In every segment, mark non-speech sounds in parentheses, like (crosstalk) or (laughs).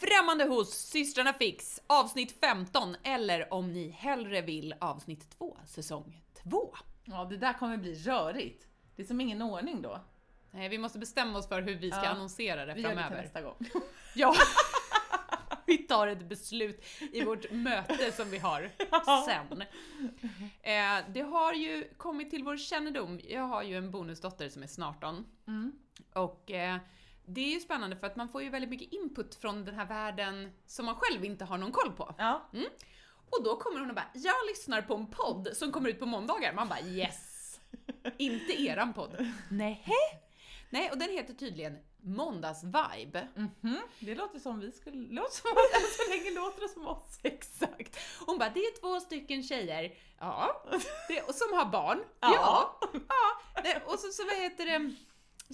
Hörsammande hos systrarna Fix avsnitt 15 eller om ni hellre vill avsnitt 2 säsong 2. Ja, det där kommer bli rörigt. Det är som ingen ordning då. Nej, vi måste bestämma oss för hur vi ska Ja, annonsera det Vi gör det till framöver. nästa gång. ja. (laughs) vi tar ett beslut i vårt möte som vi har sen. Eh, det har ju kommit till vår kännedom. Jag har ju en bonusdotter som är snart 18. (laughs) Mm. Och eh, det är ju spännande för att man får ju väldigt mycket input från den här världen som man själv inte har någon koll på. Ja. Och då kommer hon och bara, jag lyssnar på en podd som kommer ut på måndagar. Man bara yes! Inte eran podd. Nej. Nej, och den heter tydligen Måndagsvibe. Mhm. Det låter som vi skulle... Låter som oss, än så länge låter det som oss. Exakt. Hon bara, det är två stycken tjejer. Ja. Det, och som har barn. Ja. Ja. Nej, och så, så vad heter det?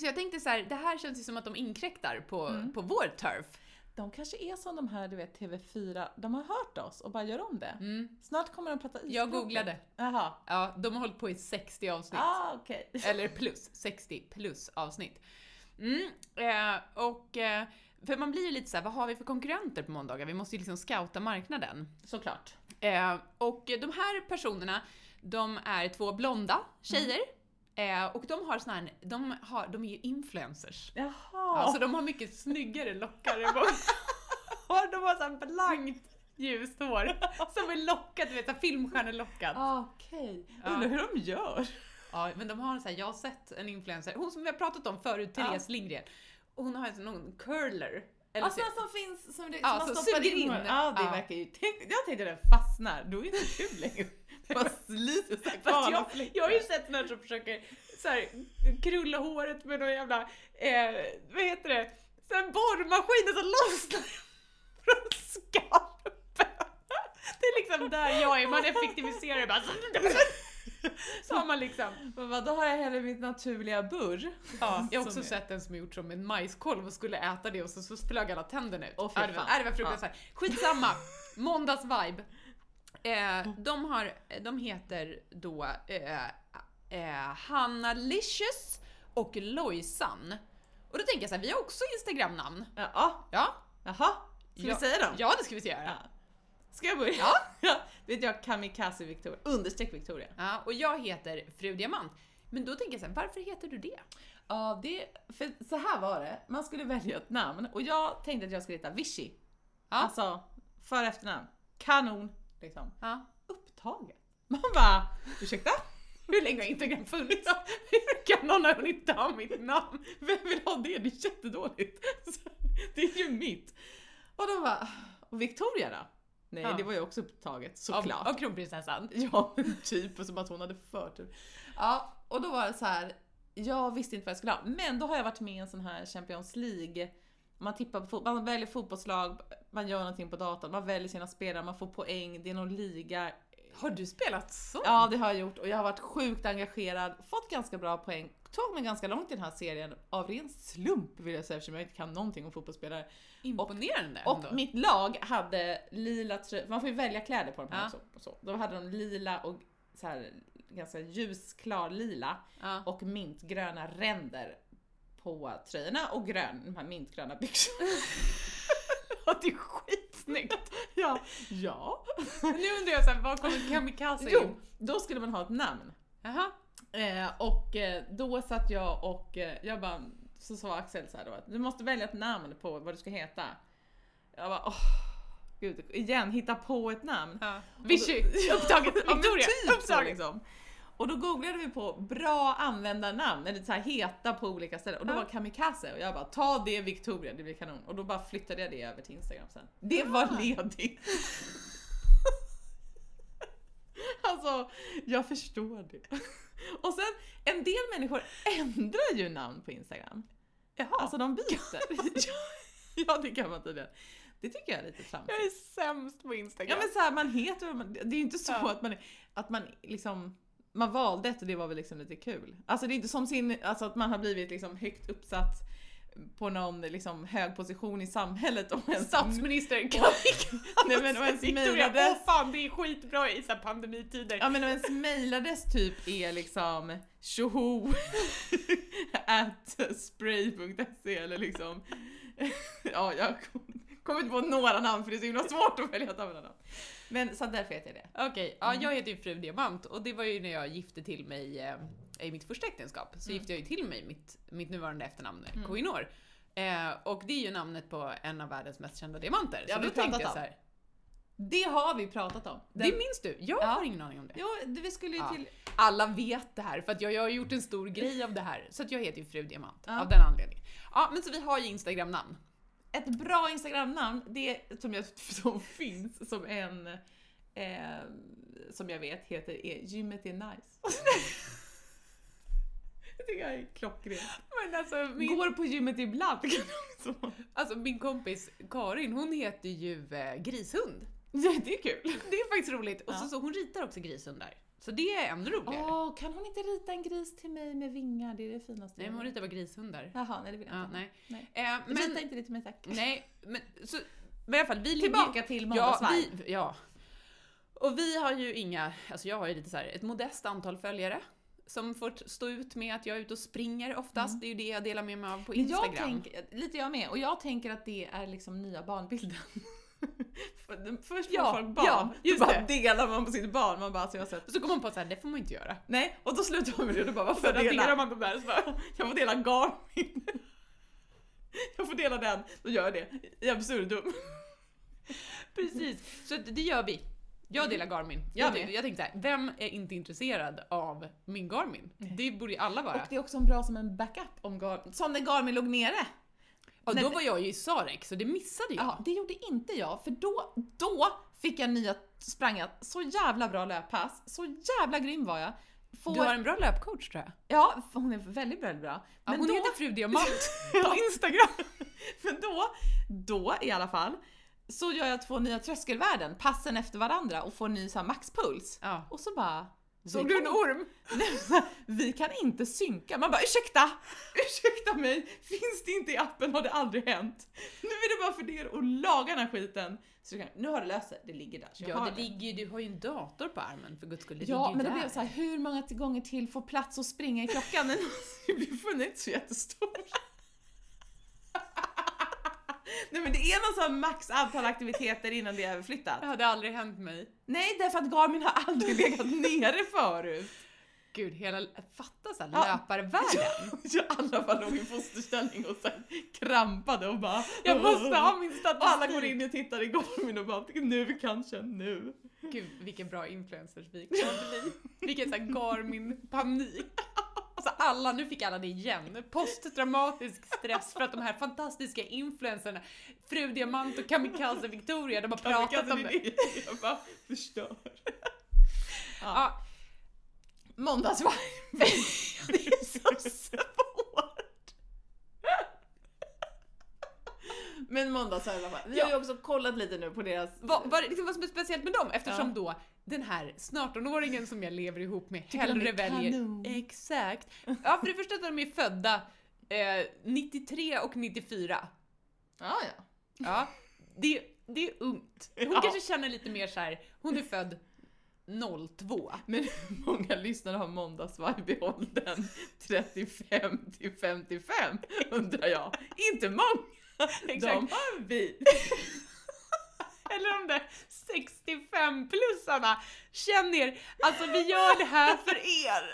Så jag tänkte så här, det här känns ju som att de inkräktar på, Mm. på vår turf. De kanske är som de här, du vet, TV4. De har hört oss och bara gör om det. Mm. Snart kommer de prata Jag isspråket. googlade. Jaha. Ja, de har hållit på i 60 avsnitt. Ah, okej. Eller plus, 60 plus avsnitt. Mm, eh, och, eh, för man blir ju lite så här, vad har vi för konkurrenter på måndagar? Vi måste ju liksom scouta marknaden. Såklart. Eh, och de här personerna, de är två blonda tjejer. Eh, och de har sån här, de, har, de är ju influencers. Jaha. (laughs) Alltså de har mycket snyggare lockar än vad (laughs) har. De har såhär blankt ljust hår som är lockat, du vet såhär filmstjärnelockat. Ah, Okej. Ja. Undrar hur de gör. Ja, men de har så här, jag har sett en influencer, hon som vi har pratat om förut, Ja. Therese Lindgren. Hon har en sån- någon curler. Eller Ja, så, såna Alltså, som finns som, det, Ja, typ. som man som stoppar suger in. in. Ja, det Ja. verkar ju... Tänk, jag tänkte att den fastnar, då är det inte kul (laughs) längre. Bara sliter sig Fast kvar jag, någon flicka. jag har ju sett människor som försöker så här, krulla håret med någon jävla, eh, vad heter det, så här borrmaskiner som lossnar från skalpen. Det är liksom där jag är, man effektiviserar det bara. Så har man liksom. Men vad, då har jag hellre mitt naturliga burr. Ja, jag har också Som är- sett en som är gjort som en majskolv och skulle äta det och så, så flög alla tänderna ut. Åh, fy ja, det, var, fan. ja, det var fruktansvärt. Skitsamma! (laughs) Måndagsvibe. Eh, de, har, de heter då eh, eh, Hanna Licious och Lojsan. Och då tänker jag så här, vi har också Instagram-namn. Ja, ja. Ja, Jaha, ska Ja. vi säga dem? ja det ska vi se göra. Ja. Ska jag börja? Ja. (laughs) ja. Vet jag, kamikaze Victoria, understreck Victoria. Ja, och jag heter Fru Diamant. Men då tänker jag så här, varför heter du det? Ja, det, för så här var det, man skulle välja ett namn och jag tänkte att jag skulle heta Vichy. Ja. Alltså, för och efternamn. Kanon, liksom. Ja. Upptaget. Man bara, ursäkta? (laughs) Hur länge har Instagram funnits? (laughs) Hur kan någon ha hunnit ta mitt namn? (laughs) Vem vill ha det? Det är jättedåligt. (laughs) Så, Det är ju mitt. Och de bara, och Victoria då? Nej, Ja. det var ju också upptaget Av, såklart. av kronprinsessan. (laughs) Ja, men typ. Och som att hon hade förtur. Ja, och då var det så här. Jag visste inte vad jag skulle ha. Men då har jag varit med i en sån här Champions League. Man tippar på fot- man väljer fotbollslag, man gör någonting på datorn, man väljer sina spelare, man får poäng, det är någon liga. Har du spelat så? Ja, det har jag gjort och jag har varit sjukt engagerad, fått ganska bra poäng, tog mig ganska långt i den här serien av ren slump vill jag säga eftersom jag inte kan någonting om fotbollsspelare. Imponerande Och ändå. mitt lag hade lila tröjor, man får ju välja kläder på de här Ja. också. och Så. Då hade de lila och så här, ganska ljusklar lila ja. och mintgröna ränder på tröjorna och grön, de här mintgröna (laughs) byxorna. och det är skitsnyggt! ja. ja. nu undrar jag såhär, var kommer kamikaze Jo, då skulle man ha ett namn. Jaha. Eh, och eh, då satt jag och eh, jag bara, så sa Axel så här då att du måste välja ett namn på vad du ska heta. Jag bara, åh, gud, igen, hitta på ett namn. Ja. Vichy, upptaget. Ja, men Victoria, typ så upptaget. liksom. Och då googlade vi på bra användarnamn, eller så här heta på olika ställen. Och då Ja. var kamikaze och jag bara ta det Victoria, det blir kanon. Och då bara flyttade jag det över till Instagram sen. Det var ledigt. (laughs) alltså, jag förstår det. (laughs) och sen, en del människor ändrar ju namn på Instagram. Jaha. Alltså de byter. (laughs) ja, det kan man tydligen. Det tycker jag är lite tramsigt. Jag är sämst på Ja Instagram. men så här, man heter vad man- det är ju inte så Ja. att man att man liksom man valde ett och det var väl liksom lite kul. Alltså det är inte som sin, alltså att man har blivit liksom högt uppsatt på någon liksom hög position i samhället och ens, Statsminister kamikaze. Mm. Nej, men det var ens Victoria, mejladress. åh fan det är skitbra i så här pandemitider. ja men och ens mejladress typ är liksom tjoho (laughs) at spray.se eller liksom ja jag Kommer inte på några namn för det är så himla svårt att välja ett namn. Men så därför heter jag det. Okej, ja, Mm. jag heter ju fru Diamant och det var ju när jag gifte till mig eh, i mitt första äktenskap. Så Mm. gifte jag ju till mig mitt, mitt nuvarande efternamn, Mm. Koinor. Eh, och det är ju namnet på en av världens mest kända diamanter. Det har så vi då tänkte pratat jag om. så här, Det har vi pratat om. Den, Det minns du? Jag Ja. har ingen aning om det. jo, det- vi skulle ju Ja. till... Alla vet det här för att jag, jag har gjort en stor grej av det här. Så att jag heter ju fru Diamant Ja. av den anledningen. Ja, men så vi har ju Instagram-namn. Ett bra Instagram-namn, det som, jag, (laughs) som finns som en... Eh, som jag vet heter är Gymmet är nice. (laughs) jag tycker jag är klockren. Men alltså min, Går på gymmet ibland. kan jag också. alltså min kompis Karin, hon heter ju eh, Grishund. Ja, det är kul. Det är faktiskt roligt. Och så, Ja. så hon ritar också grishundar. Så det är ännu roligare. Åh, kan hon inte rita en gris till mig med vingar? Det är det finaste. Nej, men hon ritar bara grishundar. Jaha, nej det vill jag Ja, inte. nej. Nej. Eh, Rita men, inte det till mig tack. nej, men, så, men i alla fall, vi ligger- Tillbaka till Ja, måndagsvibe. vi, ja. Och vi har ju inga, alltså jag har ju lite så här, ett modest antal följare. Som får t- stå ut med att jag är ute och springer oftast. Mm. Det är ju det jag delar med mig av på Men Instagram. Jag tänker, lite jag med, och jag tänker att det är liksom nya (laughs) barnbilden. För- den- Först får Ja, folk barn, ja, just då bara det. delar man på sitt barn, man bara alltså jag har sett. Och så kommer man på att så här, det får man ju inte (laughs) göra. Nej, och då slutar man med det och då bara varför Så raderar man de där så (laughs) jag får dela Garmin. (laughs) jag får dela den, då gör jag det. I absurdum. Precis, så att det gör vi. Mm. Jag delar Garmin. Jag Jag, med. jag, jag tänkte så här, vem är inte intresserad av min Garmin? Nej. Det borde ju alla (laughs) Och vara. det är också en bra som en backup om Garmin, som när Garmin låg nere. Och Nej, då men- var jag ju i Sarek, så det missade jag. Ja, det gjorde inte jag, för då, då fick jag nya, sprang jag så jävla bra löppass, så jävla grym var jag. Får, Du har en bra löpcoach tror jag. Ja, för hon är väldigt bra. bra. Ja, Men hon då, heter Fru (laughs) Diamant. på Instagram. (laughs) Men då, då i alla fall, så gör jag två nya tröskelvärden, passen efter varandra och får ny så här, maxpuls. ja. Och så bara... (laughs) Såg vi du kan en orm? inte- vi kan inte synka. Man bara ursäkta, (laughs) ursäkta mig, finns det inte i appen har det aldrig hänt. Nu är det bara för dig att laga den här skiten. Så du kan, nu har det löst sig, det ligger där. Så jag Ja, har det ligger ju, du har ju en dator på armen för guds skull. Det Ja, ligger men ju då blev där. jag så här, hur många till- gånger till får plats att springa i klockan? Den har (laughs) inte så jättestor. (laughs) Nej men det är någon sån här max antal aktiviteter innan det är överflyttat. Det hade aldrig hänt mig. Nej, därför att Garmin har aldrig legat nere förut. Gud, hela, fatta såhär Ja. (laughs) löparvärlden. Så alla bara låg i fosterställning och sen krampade och bara Jag måste ha min statistik. Och alla går in och tittar i Garmin och bara nu kanske, nu. Gud, vilken bra influencers vi kommer bli. Vilken såhär Garmin-panik. Alltså alla, nu fick alla det igen. Posttraumatisk stress för att de här fantastiska influencerna, Fru Diamant och Kamikaze Victoria, de har pratat om det. (laughs) Jag bara (laughs) förstör. Ja, Måndagsvibe! (laughs) det är så svårt! Men måndagsvibe i alla fall. Vi har ju också kollat lite nu på deras... Vad, vad, liksom, vad som är speciellt med dem eftersom Ja. då den här snart 18-åringen som jag lever ihop med de hellre är väljer... kanon. Exakt. Ja, för det första att de är födda eh, 93 och 94. Ja, ja. Ja, det, det är ungt. Hon Ja. kanske känner lite mer så här. hon är född 02. Men (laughs) hur många lyssnare har måndagsvibe i åldern 35 till 55 undrar jag. Inte många! De Exakt. har vi! Eller de där 65-plussarna. Känn er, alltså vi gör det här för er.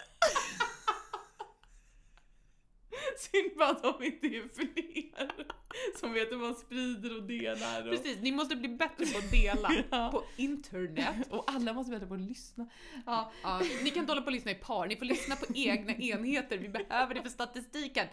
Synd bara att de inte är fler (laughs) som vet hur man sprider och delar. Och... Precis, ni måste bli bättre på att dela (laughs) Ja. på internet. Och alla måste vänta på att lyssna. Ja, Ja, ni kan inte hålla på och lyssna i par, ni får lyssna på (laughs) egna enheter. Vi behöver det för statistiken.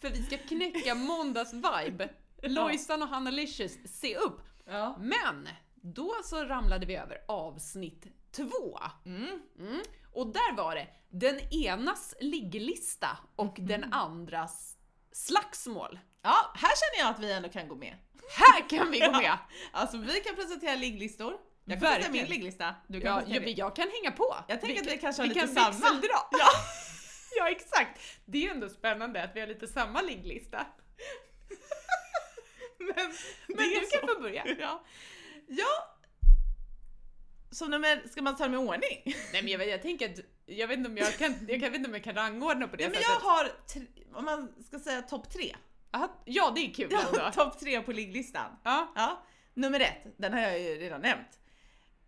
För vi ska knäcka måndagsvibe. Lojsan och Hanna Licious, se upp! ja. Men då så ramlade vi över avsnitt två. Mm. Mm. Och där var det den enas ligglista och Mm. den andras slagsmål. ja, här känner jag att vi ändå kan gå med. Här kan vi gå med! Alltså vi kan presentera ligglistor. Jag kan Verkligen. presentera min ligglista. (laughs) Du kan Ja, presentera jag, din. jag kan hänga på. Jag tänker att vi kanske har vi lite kan samma. växeldra. (laughs) (laughs) Ja. Ja, exakt. Det är ju ändå spännande att vi har lite samma ligglista. Men, Men det är du så. kan få börja. Ja. ja. Så nummer, ska man ta dem i ordning? Nej men jag, jag tänker att, jag vet inte om jag kan, jag kan- vet inte om jag kan rangordna på det Ja, men sättet. jag har, tre, om man ska säga topp tre. Att- Ja, det är kul ändå. Topp tre på ligglistan. Ja. Ja, nummer ett, den har jag ju redan nämnt.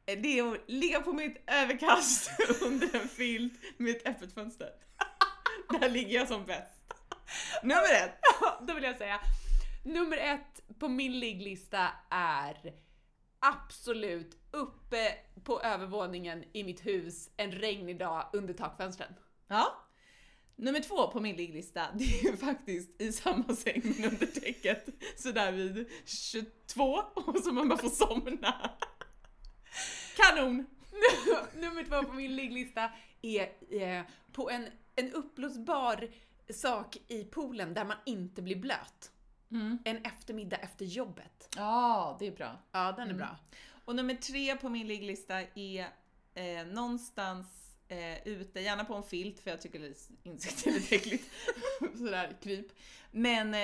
Det är att ligga på mitt överkast (laughs) under en filt med ett öppet fönster. (laughs) Där ligger jag som bäst. Nummer ett. Då vill jag säga, nummer ett på min ligglista är absolut uppe på övervåningen i mitt hus en regnig dag under takfönstren. Ja. Nummer två på min ligglista, det är ju faktiskt i samma säng men under täcket. Sådär vid 22 och så man bara får somna. Kanon! (laughs) nummer två på min ligglista är eh, på en, en uppblåsbar sak i poolen där man inte blir blöt. Mm. En eftermiddag efter jobbet. Ja, det är bra. Ja, den är bra. Och nummer tre på min ligglista är eh, någonstans eh, ute, gärna på en filt för jag tycker lite- insekter är lite äckligt. (laughs) Sådär kryp. Men eh,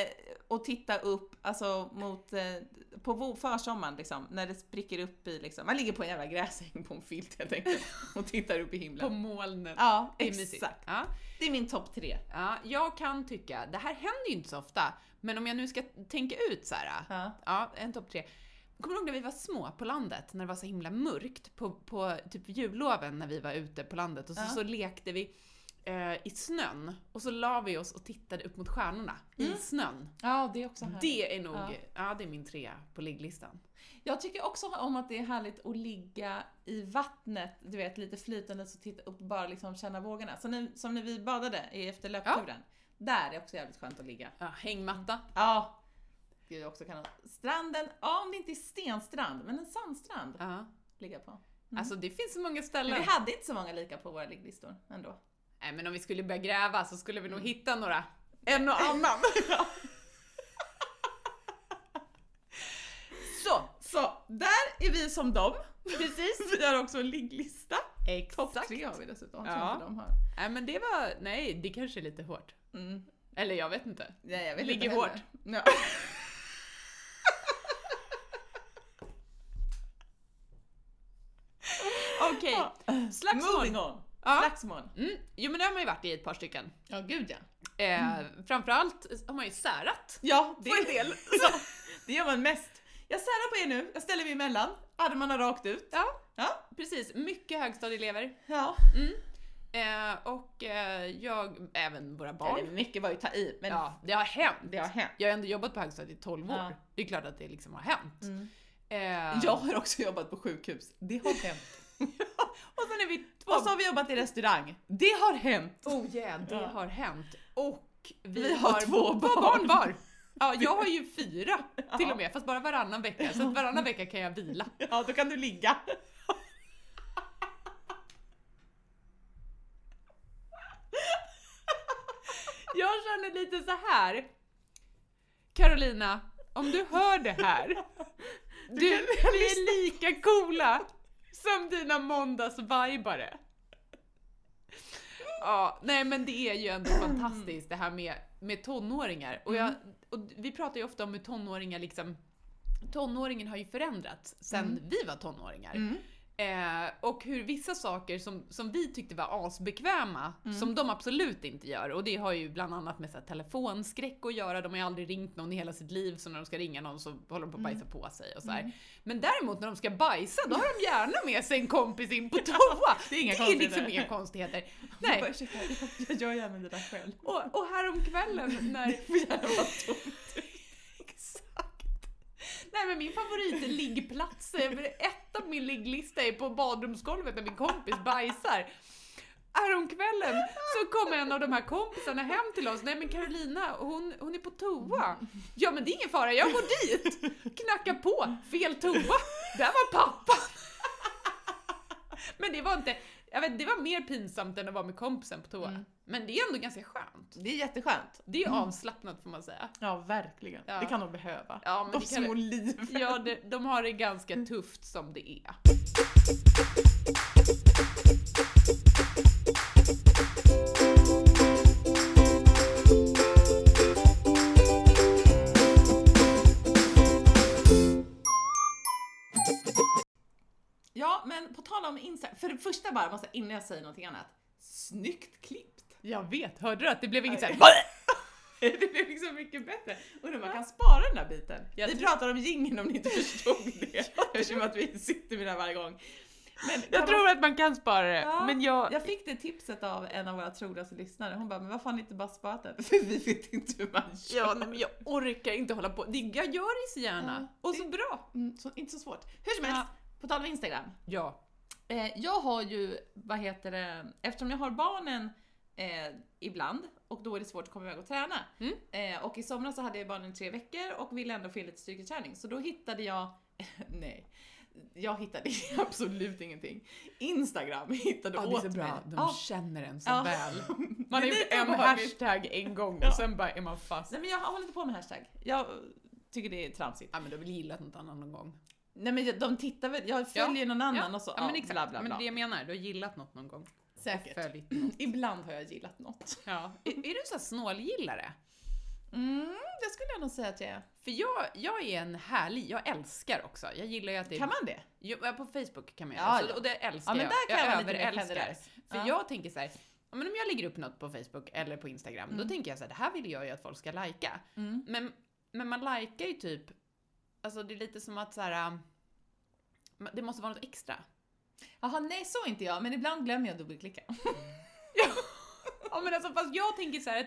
och titta upp, alltså mot, eh, på vår, försommaren liksom, när det spricker upp i liksom, man ligger på en jävla gräsäng på en filt helt enkelt och tittar upp i På himlen. molnet. Ja, Det är mysigt. exakt. Ja. Det är min topp tre. Ja, jag kan tycka, det här händer ju inte så ofta, men om jag nu ska tänka ut så här. Ja. Ja, en topp tre. Kommer du ihåg när vi var små på landet? När det var så himla mörkt på, på typ julloven när vi var ute på landet och så, Ja. så lekte vi eh, i snön och så la vi oss och tittade upp mot stjärnorna i Mm. snön. ja, det är också Det är nog, ja. Ja. det är min trea på ligglistan. Jag tycker också om att det är härligt att ligga i vattnet, du vet lite flytande så titta upp och bara liksom känna vågorna. Så nu, som när vi badade i- efter löpturen. Där är också jävligt skönt att ligga. Ja, hängmatta. Ja. Gud, jag också kan Stranden, ja om det inte är stenstrand, men en sandstrand Ja. ligga på. Alltså Mm. det finns så många Men ställen. vi hade inte så många lika på våra ligglistor ändå. Nej men om vi skulle börja gräva så skulle vi nog hitta några. En och (laughs) annan. (laughs) Så, så där är vi som dem. Precis. Vi har också en ligglista. Topp Exakt. tre har vi dessutom. Ja. Ja. Inte de har. Nej men det var, nej det kanske är lite hårt. Mm. Eller jag vet inte. Nej, jag vet Ligger inte heller. hårt. Ja. (laughs) Okej, slagsmål. Moving on. Ja. Slagsmål. Mm. Jo men det har man ju varit i ett par stycken. Ja, gud ja. Eh, Framförallt har man ju särat. Ja, det, På en del. (laughs) Ja, det gör man mest. Jag särar på er nu, jag ställer mig emellan. Armarna rakt ut. Ja. Ja. Precis, mycket högstadieelever. ja. Eh, och eh, jag, även våra barn. Eller mycket var ju ta i, men Ja, det har hänt. det har hänt. Jag har ändå jobbat på högstadiet i 12 år. Ja. Det är klart att det liksom har hänt. Mm. Eh, Jag har också jobbat på sjukhus, det har (laughs) hänt. Och sen är vi två. Och så har vi jobbat i restaurang, det har hänt. Oh yeah, det Ja. har hänt. Och vi, Vi har två barn. barn var. Ja, jag har ju fyra till (laughs) Ja. och med, fast bara varannan vecka. Så att (laughs) varannan vecka kan jag vila. Ja, då kan du ligga. Jag känner lite så här. Carolina, om du hör det här. Du, vi kan- jag är lika coola som dina måndagsvibare. Ja, nej men det är ju ändå fantastiskt det här med, med tonåringar. Och, jag, Mm. och vi pratar ju ofta om hur tonåringar liksom Tonåringen har ju förändrats sen Mm. vi var tonåringar. Mm. Eh, och hur vissa saker som, som vi tyckte var asbekväma, Mm. som de absolut inte gör. Och det har ju bland annat med så här, telefonskräck att göra. De har ju aldrig ringt någon i hela sitt liv, så när de ska ringa någon så håller de på att Mm. bajsa på sig och så här. Men däremot när de ska bajsa, då har de gärna med sig en kompis in på (laughs) toa. det är inga det är konstigheter. liksom inga konstigheter. Nej. (laughs) Nej. jag gör gärna det där själv. Och, och häromkvällen när... Det får gärna vara tomt. Exakt. Nej men min favorit är liggplats. Eh, Ett av min ligglista är på badrumsgolvet när min kompis bajsar. Häromkvällen så kom en av de här kompisarna hem till oss. Nej men Carolina, hon, hon är på toa. Ja men det är ingen fara, jag går dit. Knackar på, fel toa. Där var pappa. Men det var inte, jag vet, det var mer pinsamt än att vara med kompisen på toa. Mm. Men det är ändå ganska skönt. Det är jätteskönt. Det är avslappnat får man säga. Ja, verkligen. Ja. Det kan de behöva. Ja, men de det kan små det- liven. (laughs) Ja, det, de har det ganska Mm. tufft som det är. Ja, men på tal om Instagram. För det första bara, måste, jag- innan jag säger någonting annat. Snyggt klippt! Jag vet, hörde du att det blev inget såhär... (laughs) det är liksom mycket bättre. Undrar om man kan spara den där biten. Jag vi tror- pratar om gingen om ni inte förstod det. Eftersom att vi sitter med det här varje gång. Men kan Jag man- tror att man kan spara det, Ja, men jag... jag fick det tipset av en av våra trognaste lyssnare. Hon bara, men varför har ni inte bara sparat den? (laughs) För vi vet inte hur man gör. Ja, nej, men jag orkar inte hålla på. Det- Jag gör det så gärna. Ja, Och det- så bra. Mm, så, inte så svårt. Hur som helst, på tal om Instagram. Ja. Eh, jag har ju, vad heter det, eftersom jag har barnen eh, ibland och då är det svårt att komma iväg och träna. Mm. Eh, och i somras så hade jag barnen i tre veckor och ville ändå få in lite styrketräning. Så då hittade jag, (laughs) nej, jag hittade (laughs) absolut ingenting. Instagram hittade åt mig. Ja. känner en Ja. (laughs) Man har Det är gjort lite en obehagligt. hashtag en gång och Ja. sen bara är man fast. Nej men jag håller inte på med hashtag. Jag tycker det är tramsigt. Ja men du har väl gillat något annat någon gång? Nej men jag- de tittar väl, jag följer någon annan och så, Ja, men exakt, bla bla men bla. det jag menar, du har gillat något någon gång. Säkert. Följt. Ibland har jag gillat något. Ja. är, är du så här snålgillare? Mm, det skulle jag nog säga att jag är. För jag, jag är en härlig, jag älskar också. Jag gillar ju att det är... Kan man det? Jo, ja, på Facebook kan man göra Ja, så, ja. och det älskar Ja men jag. där kan jag, vara jag lite mer överälskar. generös. För Ja. jag tänker så här, ja, men om jag lägger upp något på Facebook eller på Instagram, Mm. då tänker jag så här, det här vill jag ju att folk ska lajka. Mm. Men, men man likar ju typ, alltså det är lite som att så här, äh, ma- det måste vara något extra. Jaha, nej så är inte jag, men ibland glömmer jag att dubbelklicka. (laughs) Ja men alltså fast jag tänker så här (laughs) att,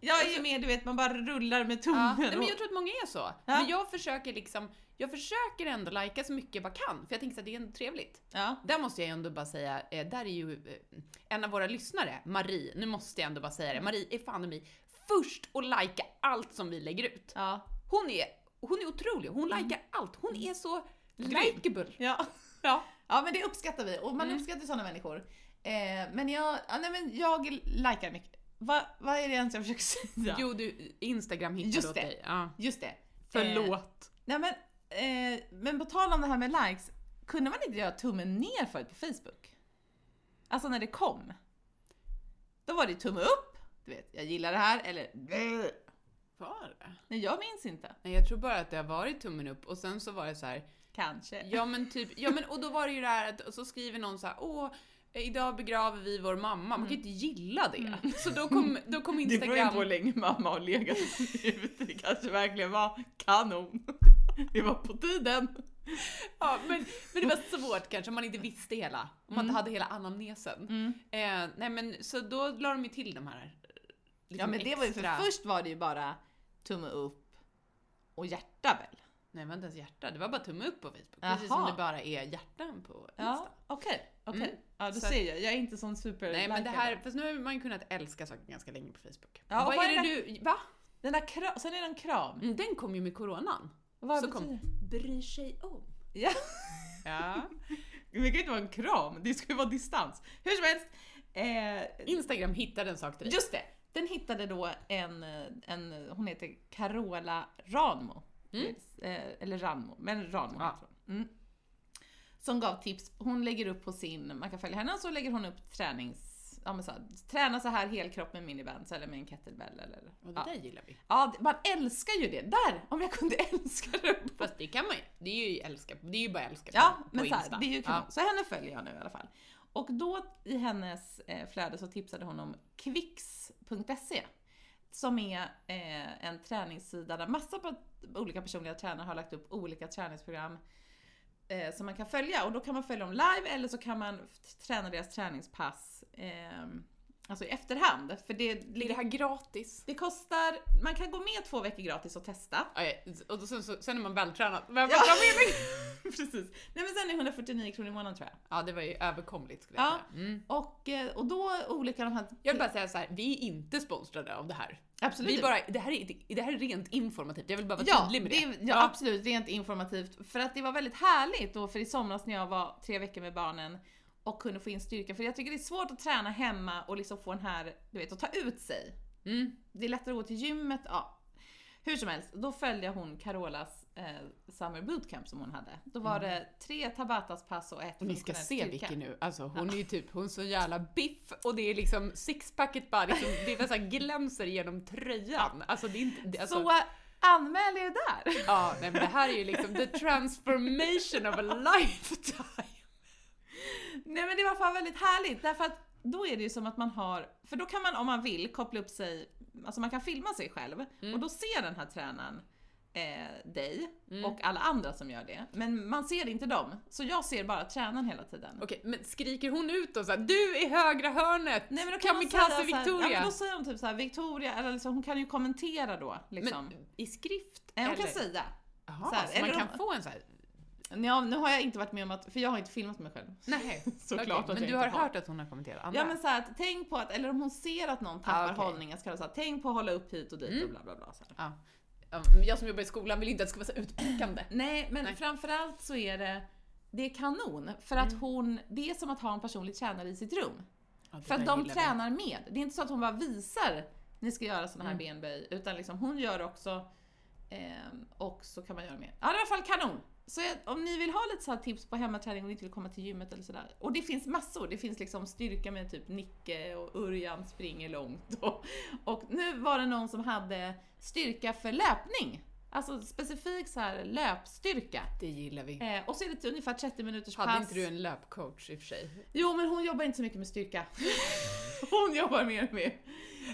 Jag är med, du vet, man bara rullar med tummen. Alltså- ja, nej, men och- jag tror att många är så. Men jag försöker liksom, jag försöker ändå lajka så mycket jag bara kan, för jag tänker så här, det är ändå trevligt. ja. Där måste jag ändå bara säga, eh, där är ju eh, en av våra lyssnare, Marie, nu måste jag ändå bara säga det, Marie är fan i mig först att lajka allt som vi lägger ut. Ja. Hon är, hon är otrolig, hon Mm. likar allt, hon är så likeable. Ja. Ja. ja, men det uppskattar vi och man Mm. uppskattar sådana människor. Eh, men jag, ja, nej, men jag likar mycket. Va, vad är det ens jag försöker säga? Jo, du, Instagram hittade Just åt det. dig. Ja. Just det. Eh, Förlåt. nej, men, eh, men på tal om det här med likes, kunde man inte göra tummen ner förut på Facebook? Alltså när det kom. Då var det ju tumme upp, du vet, jag gillar det här, eller Eh, Var det? nej jag minns inte. Nej, jag tror bara att det har varit tummen upp och sen så var det så här, Kanske. ja men typ, ja men och då var det ju det här att, och så skriver någon så här, åh, idag begraver vi vår mamma. Man kan ju inte gilla det. Så då kom, då kom Mm. Det Instagram. beror ju på hur länge mamma har legat ute. Det kanske verkligen var kanon. Det var på tiden. Ja, men, men det var svårt kanske om man inte visste hela. Om Mm. man inte hade hela anamnesen. Eh, nej men så då la de ju till de här. Ja liksom men det var ju extra- för först var det ju bara tumme upp och hjärta väl? Nej det var inte ens hjärta, det var bara tumme upp på Facebook. Precis som Jaha. det bara är hjärtan på Insta. Ja, okej. okej. Mm. Ja, då Så att- ser jag. Jag är inte sån super Nej men det här, fast nu har man ju kunnat älska saker ganska länge på Facebook. Ja, och vad vad är är det du, va? Den där kram, sen är det en kram. Mm, Den kom ju med coronan. Vad Så betyder Bryr sig om. (laughs) Ja. Ja. det? Det kan ju inte vara en kram, det ska ju vara distans. Hur som helst. Eh, Instagram hittade en sak till dig. just det, den hittade då en, en hon heter Carola Ranmo. Mm. Eh, eller Ranmo, men Ranmo Ja. heter hon. mm. Som gav tips, hon lägger upp på sin, man kan följa henne och så lägger hon upp tränings, ja men så här, träna så här helkropp med minibands eller med en kettlebell eller Och det ja. där gillar vi. ja, det- man älskar ju det. Där! Om jag kunde (laughs) älska det! Fast det kan man ju, det är ju älska, det är ju bara älska på- Ja, på men så här, Insta. det är ju kanon. Ja. Så henne följer jag nu i alla fall. Och då i hennes eh, flöde så tipsade hon om kvicks.se som är eh, en träningssida där massa pe- olika personliga tränare har lagt upp olika träningsprogram eh, som man kan följa och då kan man följa dem live eller så kan man f- träna deras träningspass eh, alltså i efterhand för det, Är det här gratis? det kostar, man kan gå med två veckor gratis och testa. Ja, ja, Och då, sen, så, sen är man vältränad. Men Ja. ja. (laughs) Precis. Nej men sen är det 149 kronor i månaden tror jag. ja, det var ju överkomligt skulle jag Ja. säga. Mm. Och, eh, och då olika de här... Jag vill bara säga så här, vi är inte sponsrade av det här. absolut. Vi bara, det, här är, det här är rent informativt, jag vill bara vara ja, tydlig med det. det är- ja, absolut. Rent informativt. För att det var väldigt härligt då för i somras när jag var tre veckor med barnen och kunde få in styrka. För jag tycker det är svårt att träna hemma och liksom få den här, du vet, att ta ut sig. Mm. Det är lättare att gå till gymmet, ja. Hur som helst, då följde jag hon Carolas eh, Summer Bootcamp som hon hade. Då var det tre Tabatas-pass och Mm. ett Och Ni ska funktionell se styrka. Vicky nu, alltså hon är ju typ, hon är så jävla biff och det är liksom sixpacket bara, liksom, det är nästan glänser genom tröjan. Alltså det är inte, det, alltså, Så anmäl er där! ja, nej, men det här är ju liksom the transformation of a lifetime. (laughs) Nej men det var fan väldigt härligt därför att då är det ju som att man har, för då kan man om man vill koppla upp sig, alltså man kan filma sig själv Mm. och då ser den här tränaren eh, dig Mm. och alla andra som gör det. Men man ser inte dem, så jag ser bara tränaren hela tiden. Okej, men skriker hon ut då såhär Du i högra hörnet! Nej men då Kan kan man vi säga kalla såhär- Victoria? Ja, men då säger hon typ såhär Victoria, eller liksom, hon kan ju kommentera då liksom. Men i skrift? Men, hon kan eller? säga. Jaha, så här, så man eller kan om- få en såhär? Ja, nu har jag inte varit med om att, för jag har inte filmat mig själv. Nej. (laughs) Såklart att men jag du har inte hört att hon har kommenterat andra? Ja men så här, att tänk på att, eller om hon ser att någon tappar Ah, okej. hållningen så kan hon säga tänk på att hålla upp hit och dit Mm. och bla bla bla. Så här. Ja. Ja, Jag som jobbar i skolan vill inte att det ska vara så utpekande. Nej men Nej. framförallt så är det, det är kanon för att Mm. hon, det är som att ha en personlig tränare i sitt rum. Ja, det För att där de gillar vi. tränar med. Det är inte så att hon bara visar ni ska göra såna här Mm. benböj utan liksom hon gör också ehm, och så kan man göra mer. Ja, det är i alla fall kanon! Så jag, om ni vill ha lite så här tips på hemmaträning och inte vill komma till gymmet eller sådär. Och det finns massor. Det finns liksom styrka med typ Nicke och Urjan springer långt. Och, och nu var det någon som hade styrka för löpning. Alltså specifik så här löpstyrka. Det gillar vi. Eh, och så är det ungefär 30 minuters Mm. Hade pass. inte du en löpcoach i och för sig? Jo, men hon jobbar inte så mycket med styrka. Mm. (laughs) Hon jobbar mer med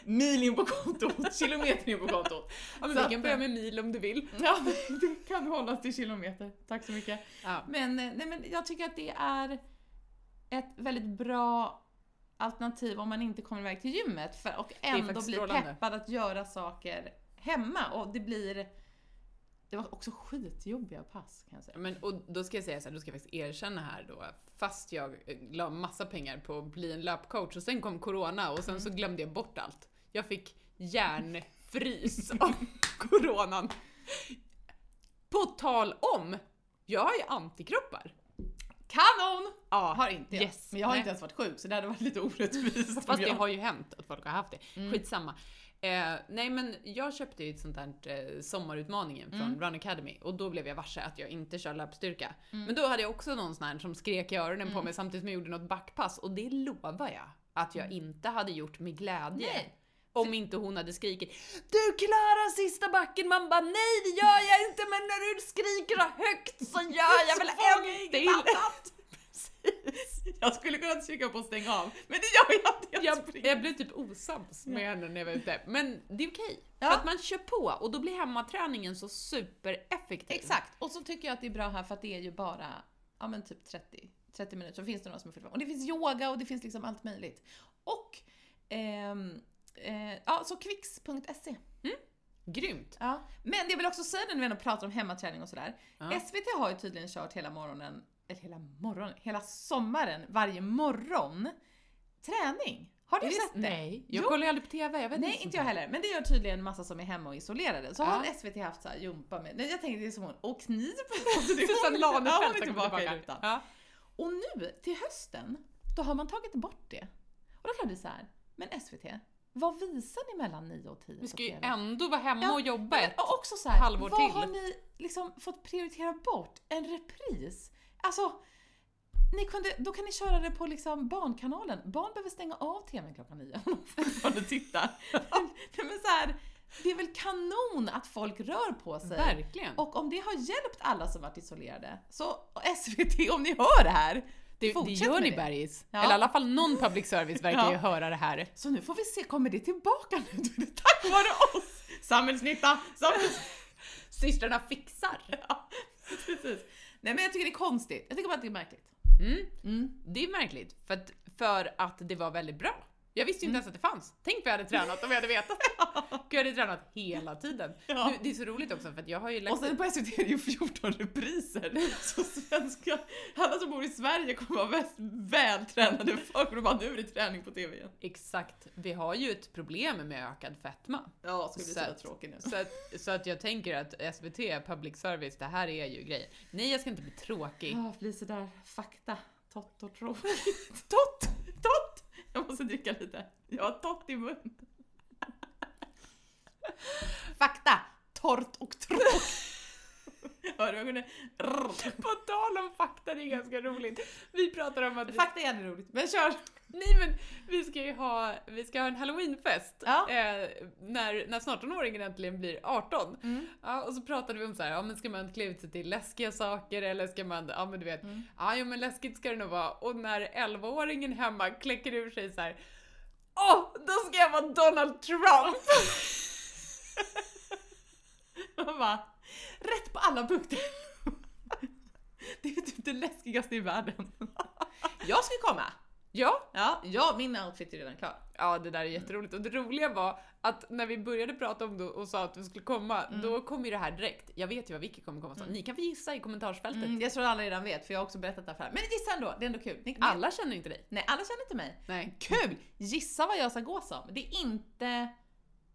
mil in på (laughs) kontot, kilometer in på kontot. Ja, men Så vi att- eh, kan börja med mil om du vill. Ja, men det kan hållas till kilometer. Tack så mycket. Ja. Men, eh, nej, men jag tycker att det är ett väldigt bra alternativ om man inte kommer iväg till gymmet för, och ändå faktiskt blir strålande. peppad att göra saker hemma. Och det blir... Det var också skitjobbiga pass kan jag säga. Men, och då ska jag säga så här, då ska jag faktiskt erkänna här då, fast jag eh, la massa pengar på att bli en löpcoach och sen kom corona och sen så glömde jag bort allt. Jag fick hjärnfrys (laughs) av coronan. På tal om, jag har ju antikroppar. Kanon! Ja, Har inte jag. Yes. Men jag har Nej. inte ens varit sjuk så det hade varit lite orättvist. om Fast det jag- har ju hänt att folk har haft det. Skitsamma. Eh, nej men jag köpte ju ett sånt där eh, sommarutmaningen från Run Academy och då blev jag varse att jag inte kör löpstyrka. Men då hade jag också någon sån här som skrek i öronen på mig samtidigt som jag gjorde något backpass och det lovar jag att jag inte hade gjort med glädje. Nej. Om inte hon hade skrikit Du klarar sista backen! Man bara nej det gör jag inte men när du skriker högt (laughs) så gör jag väl en till! (laughs) Jag skulle kunna trycka på stäng av, men det gör jag inte. Jag jag, springer. jag blev typ osams med henne när jag var ute. Men det är okej. Ja. För att man kör på och då blir hemmaträningen så supereffektiv. Exakt, och så tycker jag att det är bra här för att det är ju bara ja, men typ 30, 30 minuter, så finns det några som är 45. Och det finns yoga och det finns liksom allt möjligt. Och ehm, eh, ja, så kvicks.se. Grymt. Ja. Men jag vill också säga det när vi ändå pratar om hemmaträning och sådär. Ja. SVT har ju tydligen kört hela morgonen, eller hela morgonen, hela sommaren, varje morgon, träning. Har du Är det- sett det? Nej, jag Jo. kollar ju aldrig på TV. Jag vet Nej, inte jag (laughs) heller. Men det gör tydligen massa som är hemma och isolerade. Så Ja. har SVT haft så här jumpa med, nej jag tänkte det är som hon, och knip. (laughs) (laughs) Alltså, det är Susanne hon- ja, hon är Lanefelt har tillbaka kommit i tillbaka. rutan. Ja. Och nu till hösten, då har man tagit bort det. Och då kan det bli så här, men SVT, vad visar ni mellan 9 och 10 Vi på ska ju TV? ändå vara hemma Ja, och jobba ett. Och också så här, halvår vad till. har ni liksom fått prioritera bort? En repris? Alltså, ni kunde, då kan ni köra det på liksom barnkanalen. Barn behöver stänga av TVn klockan nio (laughs) om (laughs) de fortfarande tittar. (laughs) Nej, men så här, det är väl kanon att folk rör på sig. Verkligen. Och om det har hjälpt alla som varit isolerade, så och SVT om ni hör det här, det, det fortsätt gör med ni det. bergis. Ja. Eller i alla fall någon public service verkar ju Ja. höra det här. Så nu får vi se, kommer det tillbaka nu? (laughs) Då är det Tack vare oss! Samhällsnytta! Samhälls... Systrarna fixar. Ja, precis. (laughs) Nej men jag tycker det är konstigt. Jag tycker bara att det är märkligt. Mm. Mm. Det är märkligt, för att, för att det var väldigt bra. Jag visste ju Mm. inte ens att det fanns. Tänk vad jag hade tränat om jag hade (laughs) vetat. Gud, jag hade tränat hela tiden. Ja. Nu, det är så roligt också för att jag har ju lagt Och sen på SVT är det ju 14 repriser. (laughs) Så svenska, alla som bor i Sverige kommer vara mest vältränade folk. Och de bara, nu är det träning på TV igen. Exakt. Vi har ju ett problem med ökad fetma. Ja, ska Söt. tråkig nu. Så att, så att jag tänker att SVT, public service, det här är ju grejen. Nej, jag ska inte bli tråkig. Ja, bli sådär fakta. Tott och tråkigt. (laughs) Tott! Tott! Jag måste dricka lite. Jag har tott i mun. Fakta. Torrt och tråkigt. (laughs) Hör du ögonen? Rrr. (laughs) På tal om fakta, det är ganska roligt. Vi pratar om att vi Fakta är jävligt roligt, men kör! Nej men vi ska ju ha, vi ska ha en halloweenfest Ja. eh, när, när snart 18-åringen äntligen blir 18. Mm. Ja, och så pratade vi om så här, ja men ska man klä ut sig till läskiga saker eller ska man, ja men du vet, Mm. ja jo men läskigt ska det nog vara. Och när 11-åringen hemma kläcker ur sig så här, åh då ska jag vara Donald Trump! Man bara, rätt på alla punkter. (laughs) Det är typ det läskigaste i världen. (laughs) Jag ska komma! Ja, Ja, ja min outfit är redan klar. ja det där är jätteroligt. Och det roliga var att när vi började prata om det och sa att vi skulle komma, då kom ju det här direkt. Jag vet ju vad Vicky kommer komma så. Ni kan få gissa i kommentarsfältet. Mm, jag tror alla redan vet för jag har också berättat det här för alla. Men gissa ändå, det är ändå kul. Ni, alla. Alla känner inte dig. Nej, alla känner inte mig. Nej. Kul! Gissa vad jag ska gå som. Det är inte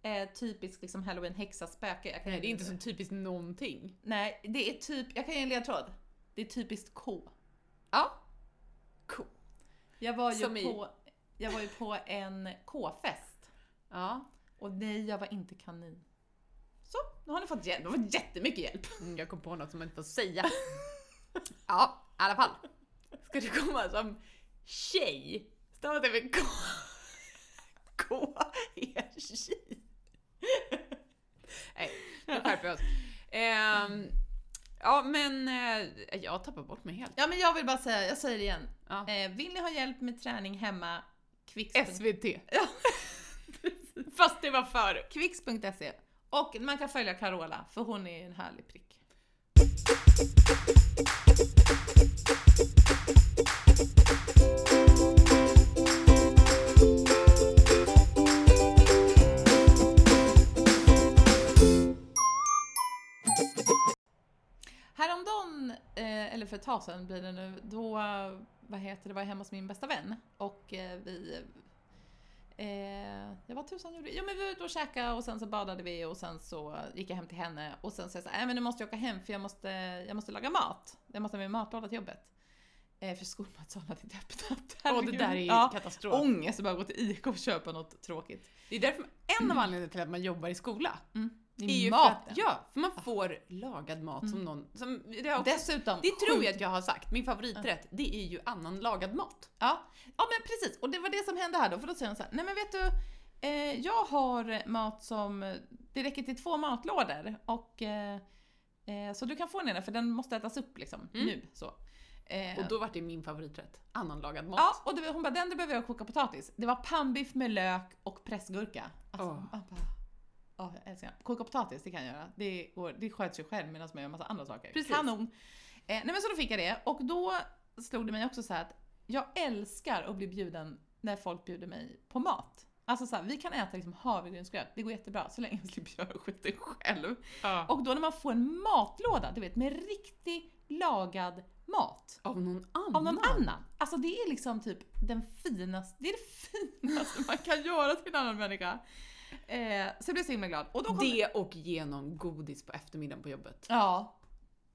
eh, typiskt liksom halloween häxa spöke. Jag kan Nej, det är inte så typiskt någonting. Nej, det är typ, jag kan ge en ledtråd. Det är typiskt K. Ja. Cool. Jag var ju, Som i- på, jag var ju på en K-fest. Ja. Och nej, jag var inte kanin. Så, nu har ni fått hjälp. Ni har fått jättemycket (laughs) hjälp. Mm, jag kom på något som jag inte får (laughs) säga. ja, i alla fall. Ska du komma som tjej? Stavat det med K. (laughs) K är tjej. Nej, nu skärper vi oss. Ehm, ja, men eh, jag tappar bort mig helt. Ja, men jag vill bara säga, jag säger det igen. Ja. Eh, vill ni ha hjälp med träning hemma? Kvicks. SVT. Ja. (laughs) Fast det var förut. Kvicks.se. Och man kan följa Carola, för hon är en härlig prick. Häromdagen, eh, eller för ett tag sedan blir det nu, då eh, vad heter det, var jag hemma hos min bästa vän och eh, vi Eh, jag var tusan gjorde Jo men vi var ute och käkade och sen så badade vi och sen så gick jag hem till henne och sen sa jag så här, "Nej, men nu måste jag åka hem för jag måste, jag måste laga mat. Jag måste ha med matlåda till jobbet. Eh, för skolmatsalen hade inte öppnat. Åh, det där är ju ja, katastrof. ångest att bara gå till ICA och köpa något tråkigt. Det är därför en av anledningarna till att man jobbar i skola Det är ju är för att, maten. ja, för man får lagad mat som någon... Som, det, har också, Dessutom. det tror sjukt- jag att jag har sagt. Min favoriträtt, det är ju annan lagad mat. Ja. ja men precis och det var det som hände här då för då säger hon så här, nej men vet du eh, jag har mat som, det räcker till två matlådor och eh, eh, så du kan få den ena för den måste ätas upp liksom Mm. nu så. Eh, Och då vart det min favoriträtt. Annan lagad mat. Ja, och det, hon bara den du behöver göra är att koka potatis. Det var pannbiff med lök och pressgurka. Alltså, Åh. man bara, ja, jag älskar det. Koka potatis, det kan jag göra. Det, går, det sköts ju själv medan man gör massa andra saker. Precis. Kanon! Eh, nej men så då fick jag det och då slog det mig också så här att jag älskar att bli bjuden när folk bjuder mig på mat. Alltså så här, vi kan äta liksom havregrynsgröt, det går jättebra så länge jag slipper göra skiten själv. Ja. Och då när man får en matlåda, du vet med riktig lagad mat. av någon annan. Av någon annan. Alltså det är liksom typ den finaste, det är det (laughs) finaste man kan göra till en annan människa. Eh, så jag blev så himla glad. Och då kom Det och genom godis på eftermiddagen på jobbet. Ja.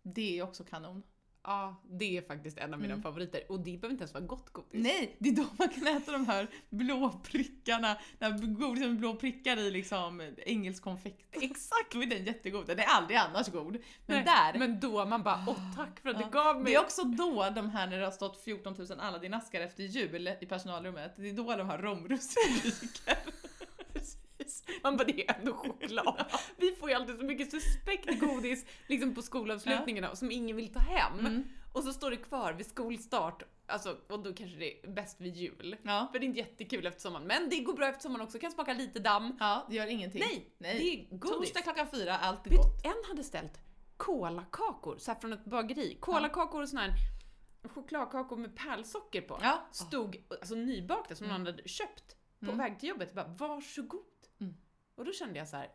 Det är också kanon. Ja, det är faktiskt en av mina Mm. favoriter. Och det behöver inte ens vara gott godis. Nej, det är då man kan äta de här blå prickarna. När godis med blå prickar i liksom engelsk konfekt. (laughs) Exakt! Då är den jättegod. Den är aldrig annars god. Men Nej, där. Men då man bara, åh tack för att du gav mig. Det är också då de här när det har stått 14 000 Aladdin-askar efter jul i personalrummet. Det är då de här romrussinen ryker. Man bara, det är ändå choklad. Vi får ju alltid så mycket suspekt godis liksom på skolavslutningarna som ingen vill ta hem. Mm. Och så står det kvar vid skolstart, alltså, och då kanske det är bäst vid jul. Ja. För det är inte jättekul efter sommaren, men det går bra efter sommaren också, kan smaka lite damm. Ja, det gör ingenting. Nej, Nej. det är godis. Eh, Torsdag klockan fyra, allt är Vet, gott. en hade ställt kolakakor, så här från ett bageri. Kolakakor och sån här chokladkakor med pärlsocker på. Ja. Stod, alltså nybakta, som någon hade köpt på Mm. väg till jobbet. Bara, varsågod. Mm. Och då kände jag så här,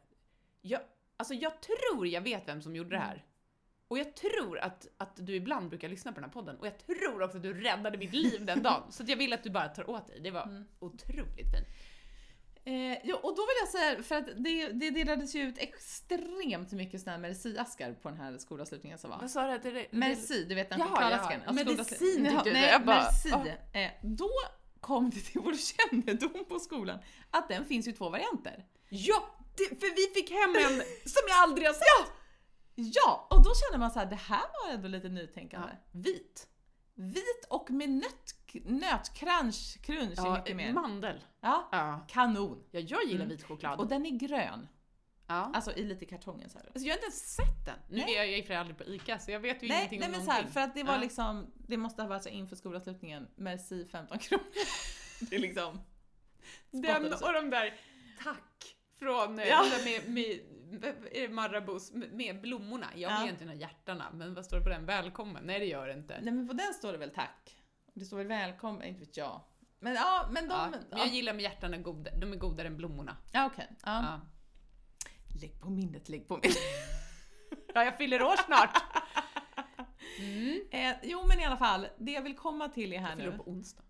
jag, alltså jag tror jag vet vem som gjorde Mm. det här. Och jag tror att, att du ibland brukar lyssna på den här podden och jag tror också att du räddade mitt liv den (laughs) dagen. Så att jag vill att du bara tar åt dig. Det var Mm. otroligt fint. Eh, jo, och då vill jag säga, för att det, det delades ju ut extremt mycket såna här merciaskar på den här skolavslutningen som var. Vad sa du? att det- Merci, du vet den Jaha, chokladasken. jaha. Ja, Medicin skolavslutning. tyckte Jaha, du. Nej, Jag bara, merci. Eh, då kom det till vår kännedom på skolan att den finns ju i två varianter. Ja! Det, för vi fick hem en som jag aldrig har sett! Ja, och då känner man så här, det här var ändå lite nytänkande. Vit. Vit och med nöt, nötcrunch, crunch är mycket mer. mandel. Ja, Ja. kanon. ja, jag gillar Mm. vit choklad. Och den är grön, ja. alltså i lite kartongen så här. Alltså jag har inte ens sett den. Nu Nej. är jag, jag är för aldrig på ICA så jag vet ju Nej, ingenting nej om men så någonting. här, för att det var Ja. liksom, det måste ha varit så här inför skolavslutningen, merci 15 (laughs) kronor. Det är liksom, Den Spottades och de där Tack! Från eh, Ja. den där med, med, är det Marabous med, med blommorna. Jag Ja. har egentligen ha hjärtarna, men vad står det på den? Välkommen? Nej det gör det inte. nej men på den står det väl tack. Det står väl välkommen, inte vet jag. Men ja, men ja, de, men ja, jag gillar med hjärtarna, goda, de är godare än blommorna. ja okej. Ja. Ja. Lägg på minnet, lägg på minnet. Ja, jag fyller år (laughs) snart. Mm. Eh, jo men i alla fall, det jag vill komma till är här Jag fyller nu. år på onsdag.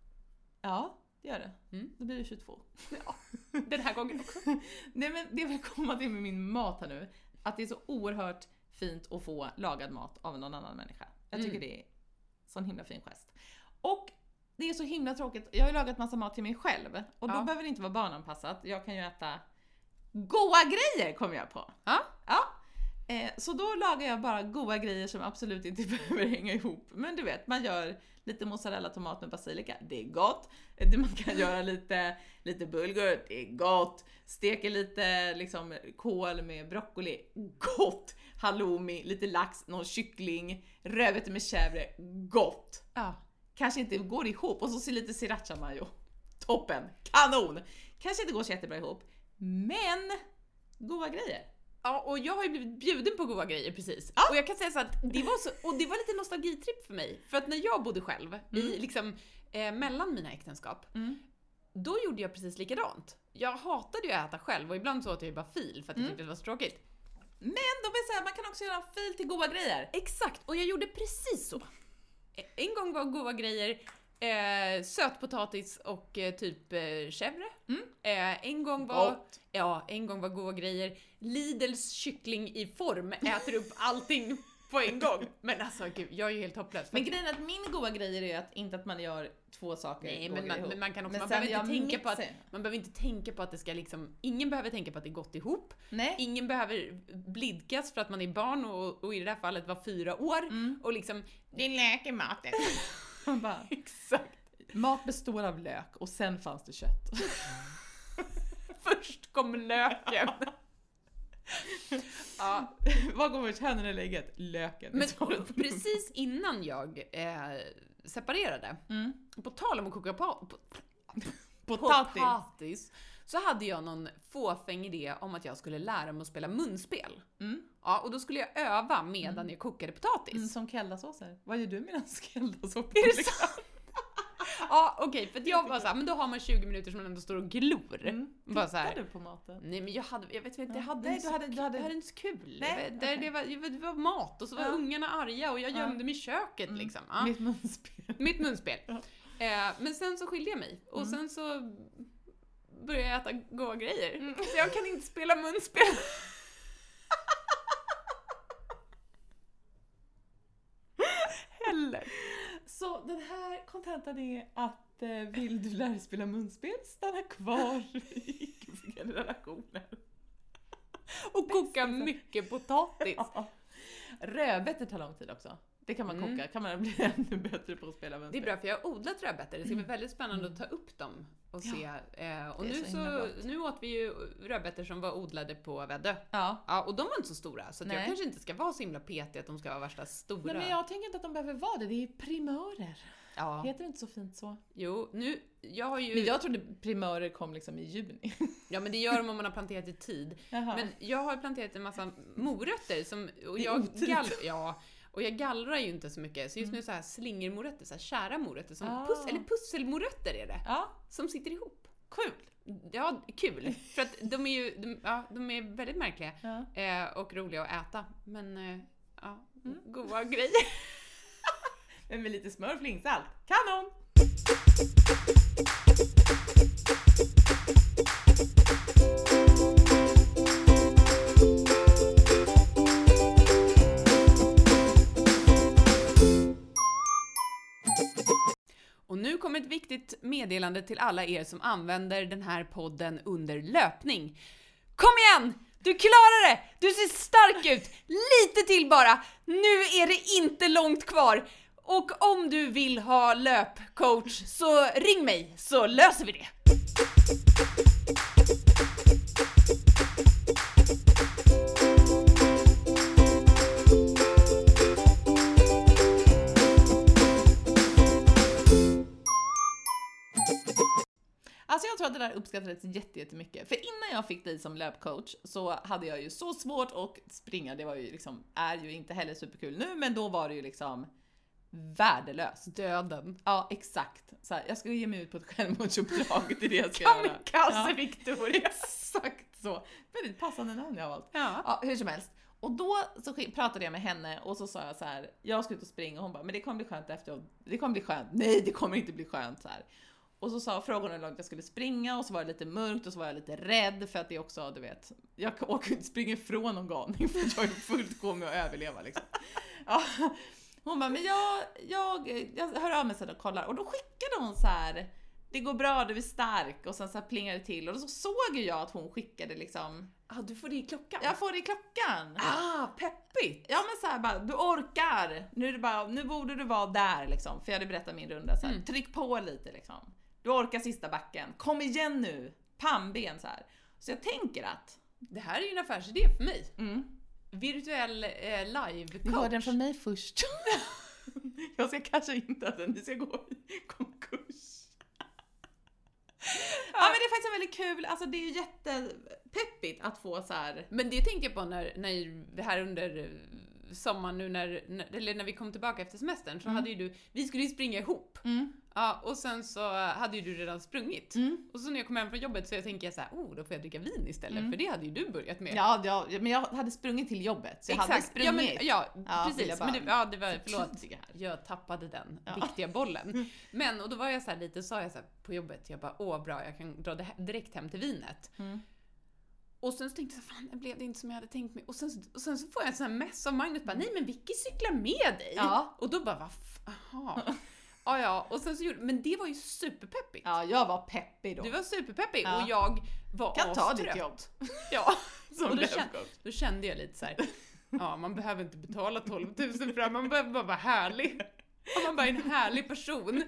Ja, det gör det. Mm. Då blir det 22. Den här gången också. Nej men det jag vill komma till med min mat här nu, att det är så oerhört fint att få lagad mat av någon annan människa. Jag tycker Mm. det är en sån himla fin gest. Och det är så himla tråkigt, jag har ju lagat massa mat till mig själv och då Ja. behöver det inte vara barnanpassat. Jag kan ju äta goa grejer kom jag på! Ja. ja. Eh, så då lagar jag bara goa grejer som absolut inte (laughs) behöver hänga ihop. Men du vet, man gör lite mozzarella tomat med basilika, det är gott. Eh, det- (laughs) Man kan göra lite, lite bulgur, det är gott. Steker lite liksom, kål med broccoli, gott. Halloumi, lite lax, någon kyckling, rödbetor med chèvre, gott. Ja. Kanske inte går ihop och så ser lite sriracha mayo. Toppen, kanon! Kanske inte går så jättebra ihop, men goda grejer. Ja, och jag har ju blivit bjuden på goda grejer precis. Ja. Och jag kan säga så att det var, så, och det var lite nostalgitripp för mig. För att när jag bodde själv, i, liksom, eh, mellan mina äktenskap, Mm. då gjorde jag precis likadant. Jag hatade ju att äta själv och ibland så åt jag ju bara fil för att jag Mm. tyckte det var så tråkigt. Men de vill säga man kan också göra en fil till goda grejer. Exakt, och jag gjorde precis så. Eh, En gång var goda grejer eh, sötpotatis och eh, typ eh, chèvre. Mm. Eh, en gång var... Ja, en gång var goda grejer. Lidls kyckling i form äter upp allting på en gång. Men alltså gud, jag är ju helt hopplös. Men grejen är att min goda grejer är att inte att man gör två saker Nej, goda men man, ihop. men man kan också, Men man sen behöver inte jag tänka på att, mixar. man behöver inte tänka på att det ska liksom, ingen behöver tänka på att det är gott ihop. Nej. Ingen behöver blidkas för att man är barn och, och i det här fallet var fyra år. Mm. Och liksom, Det är lök i (laughs) maten. Man bara, exakt. Mat består av lök och sen fanns (laughs) det kött. Först kom löken. ja, Vad går först, hönan eller ägget? Löken. (laughs) men Mm. precis innan jag eh, separerade, på tal om att koka pa- på, Potatis. Mm. potatis så hade jag någon fåfäng idé om att jag skulle lära mig att spela munspel. Mm. Ja, och då skulle jag öva medan jag kokade potatis. Mm, som keldasåser. Vad gör du medan keldasås? Är det sant? Ja, okej, för att jag var såhär, men då har man 20 minuter som man ändå står och glor. Mm. Bara så Tittar här. du på maten? Nej men jag hade, jag vet inte, jag Ja. hade, Nej, inte du så hade- du kul- hade- jag hade inte så kul. Nej, det, det, okej. var, det var- det var mat och så var Ja. ungarna arga och jag Ja. gömde mig i köket Mm. liksom. Ja. Mitt munspel. Mitt munspel. Ja. Eh, men sen så skilde jag mig och Mm. sen så började jag äta goda grejer. Mm. Så jag kan inte spela (laughs) munspel. Heller. Så den här kontentan är att eh, vill du lära dig spela munspel, stanna kvar i (laughs) icke-fungerande relationer. Och koka mycket potatis. liksom. Ja. Rödbetor tar lång tid också. Det kan man koka, Mm. kan man bli (laughs) ännu bättre på att spela Det är munspel. bra för jag har odlat rödbetor, det ska bli väldigt spännande att ta upp dem och se. Eh, och Mm. det är nu, så himla så gott. nu åt vi ju rödbetor som var odlade på Väddö. Ja. Ja, och de var inte så stora så att jag Nej. kanske inte ska vara så himla petig att de ska vara värsta stora. Nej, men jag tänker inte att de behöver vara det, det är primörer. ja. Heter det inte så fint så? Jo, nu, jag har ju... Men jag trodde primörer kom liksom i juni. Ja men det gör de om man har planterat i tid. (laughs) Jaha. Men jag har planterat en massa morötter som, och, Det är jag otur. gall, ja, och jag gallrar ju inte så mycket. Så just nu så här slingermorötter, så här kära morötter, som Mm. Ah. pus, eller pusselmorötter är det, Ja, som sitter ihop. kul! Ja, kul! För att de är ju de, ja, de är väldigt märkliga Ja. eh, och roliga att äta. Men eh, ja, Mm. goda grejer. Men med lite smör och flingsalt. Kanon! Och nu kommer ett viktigt meddelande till alla er som använder den här podden under löpning. Kom igen! Du klarar det! Du ser stark ut! Lite till bara! Nu är det inte långt kvar! Och om du vill ha löpcoach så ring mig så löser vi det. Alltså jag tror att det där uppskattades jätte- jättemycket. För innan jag fick dig som löpcoach så hade jag ju så svårt att springa. Det var ju liksom, är ju inte heller superkul nu, men då var det ju liksom värdelöst. Döden. Ja, exakt. Så här, jag ska ge mig ut på ett självmordsuppdrag, det är (laughs) det jag ska göra. Kamikaze Ja. Victoria. (laughs) Exakt så. Väldigt passande namn jag har valt. Ja. Ja, hur som helst. Och då så sk- pratade jag med henne och så sa jag så här, jag ska ut och springa och hon bara, men det kommer bli skönt efteråt. Det kommer bli skönt. Nej, det kommer inte bli skönt så här. Och så sa frågan hur långt jag skulle springa och så var det lite mörkt och så var jag lite rädd för att det också, du vet, jag k- åker inte springa ifrån någon galning för jag är fullt gå med att överleva liksom. Ja. Hon bara, men jag, jag, jag hör av mig sen och kollar och då skickade hon så här, det går bra, du är stark och sen så här plingade det till och så såg ju jag att hon skickade liksom, Ah, du får det i klockan. jag får det i klockan. Ah, peppigt! Ja men såhär bara, du orkar! Nu, är det bara, nu borde du vara där liksom, för jag hade berättat min runda så här. Mm. Tryck på lite liksom. Du orkar sista backen. Kom igen nu! Pannben så här. Så jag tänker att... Det här är ju en affärsidé för mig. Mm, Virtuell eh, live-coach. mig först. (laughs) jag ska kanske inte att ni ska gå i konkurs. ja men det är faktiskt en väldigt kul, alltså det är ju jättepeppigt att få så här. Men det tänkte jag på när, när här under eh, sommaren nu när, när- eller när vi kom tillbaka efter semestern så Mm. hade ju du, vi skulle ju springa ihop. Mm, Ja, och sen så hade ju du redan sprungit. mm. Och så när jag kom hem från jobbet så jag tänker jag så här, oh då får jag dricka vin istället Mm. för det hade ju du börjat med. Ja, ja, men jag hade sprungit till jobbet. Så jag hade sprungit. ja, men, ja, Ja, vill jag precis. bara Men det, ja, det var, förlåt. (laughs) förtydliga här. Jag tappade den Ja. Mm. viktiga bollen. Men, och då var jag så här lite, sa jag så här på jobbet, jag bara åh bra, jag kan dra det här- direkt hem till vinet. Mm. Och sen så tänkte jag, så här, fan det blev det inte som jag hade tänkt mig. Och sen, och sen så får jag en sån här mess av Magnus, bara, nej men Vicky cyklar med dig. Ja. Och då bara, vad f- aha. ja, ja, och sen så gjorde, men det var ju superpeppigt. Ja, jag var peppig då. Du var superpeppig Ja. och jag var kan ta astrött. ditt jobb. Ja. (laughs) Som Och då, löpcoach. kände, då kände jag lite så här. ja man behöver inte betala 12 000 för det här, man behöver bara vara härlig. Om man bara är en härlig person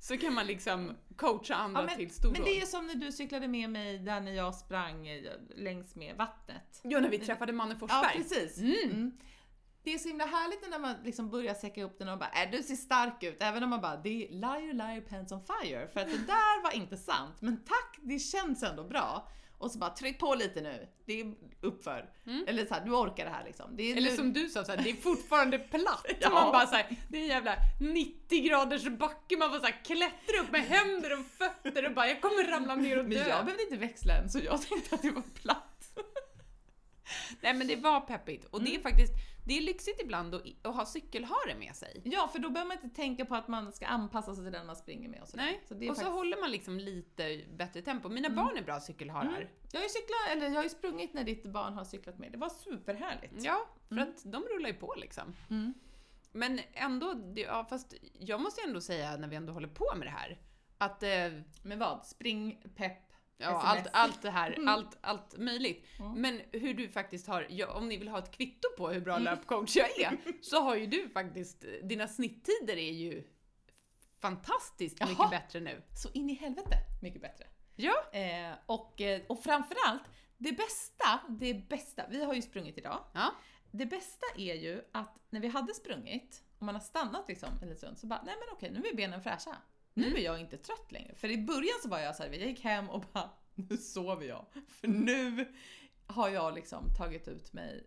så kan man liksom coacha andra Ja, men- till storråd. Men det är som när du cyklade med mig där när jag sprang eh, längs med vattnet. Ja, när vi träffade mannen Ja, Forsberg. precis. Mm. Mm. Det är så himla härligt när man liksom börjar säcka upp den och bara äh, du ser stark ut. Även om man bara det är liar liar pants on fire. För att det där var inte sant. Men tack, det känns ändå bra. Och så bara tryck på lite nu. Det är uppför. Eller så här, du orkar det här liksom. Det är Mm. Eller nu- som du sa, så här, det är fortfarande platt. (laughs) Ja. Man bara så här, det är en jävla 90 graders backe, man bara så här, klättrar upp med händer och fötter och bara jag kommer ramla ner och Men jag dö. behövde inte växla än så jag tänkte att det var platt. Nej men det var peppigt och det är faktiskt, det är lyxigt ibland att, att ha cykelhare med sig. Ja, för då behöver man inte tänka på att man ska anpassa sig till den man springer med och sådär. Nej, Så det är och så faktiskt... håller man liksom lite bättre tempo. Mina barn är bra cykelharar. Mm. Jag har ju cyklat, eller jag har ju sprungit när ditt barn har cyklat med. Det var superhärligt. Ja, för Mm. att de rullar ju på liksom. Mm. Men ändå, det- ja, fast jag måste ju ändå säga när vi ändå håller på med det här att eh, Men vad? Spring, pepp. Ja, SMS. allt, allt det här, Mm. allt, allt möjligt. Ja. Men hur du faktiskt har, ja, om ni vill ha ett kvitto på hur Mm. bra löpcoach jag (laughs) är, så har ju du faktiskt, dina snitttider är ju fantastiskt mycket Jaha. bättre nu. Så in i helvete mycket bättre. Ja. Eh, och, eh, och framförallt, det bästa, det bästa, vi har ju sprungit idag. Ja. Det bästa är ju att när vi hade sprungit och man har stannat liksom en liten stund så bara, nej men okej nu är benen fräscha. Nu Mm. är jag inte trött längre. För i början så var jag så här, jag gick hem och bara, (laughs) nu sover jag. För nu har jag liksom tagit ut mig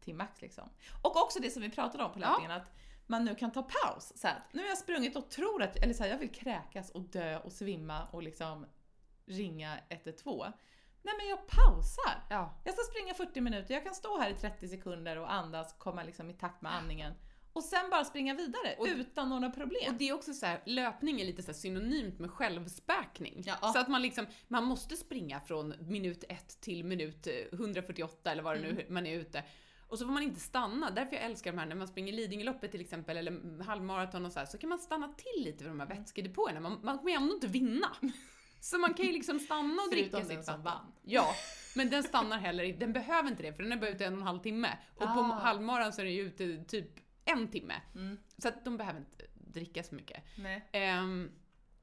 till max liksom. Och också det som vi pratade om på Ja. löpningen att man nu kan ta paus. Så här, nu har jag sprungit och tror att, eller så här, jag vill kräkas och dö och svimma och liksom ringa 112. Nej men jag pausar. Ja. Jag ska springa 40 minuter, jag kan stå här i 30 sekunder och andas, komma liksom i takt med andningen. Och sen bara springa vidare Och- utan några Och problem. det är också så här, löpning är lite så här synonymt med självspäkning. Ja. Så att man liksom, man måste springa från minut 1 till minut eh, 148 eller vad det Mm. nu man är ute. Och så får man inte stanna, därför jag älskar de här när man springer Lidingöloppet till exempel, eller mm, halvmaraton och så här, så kan man stanna till lite vid de här Mm. vätskedepåerna. Man, man kommer ju ändå inte (laughs) vinna. Så man kan ju liksom stanna och dricka Förutom sitt den som vatten. vann. Ja, men den stannar heller inte. Den behöver inte det för den är bara ute en och en halv timme. Och på Ah. halvmaran så är den ju ute typ en timme. Mm. Så att de behöver inte dricka så mycket. Nej. Ehm,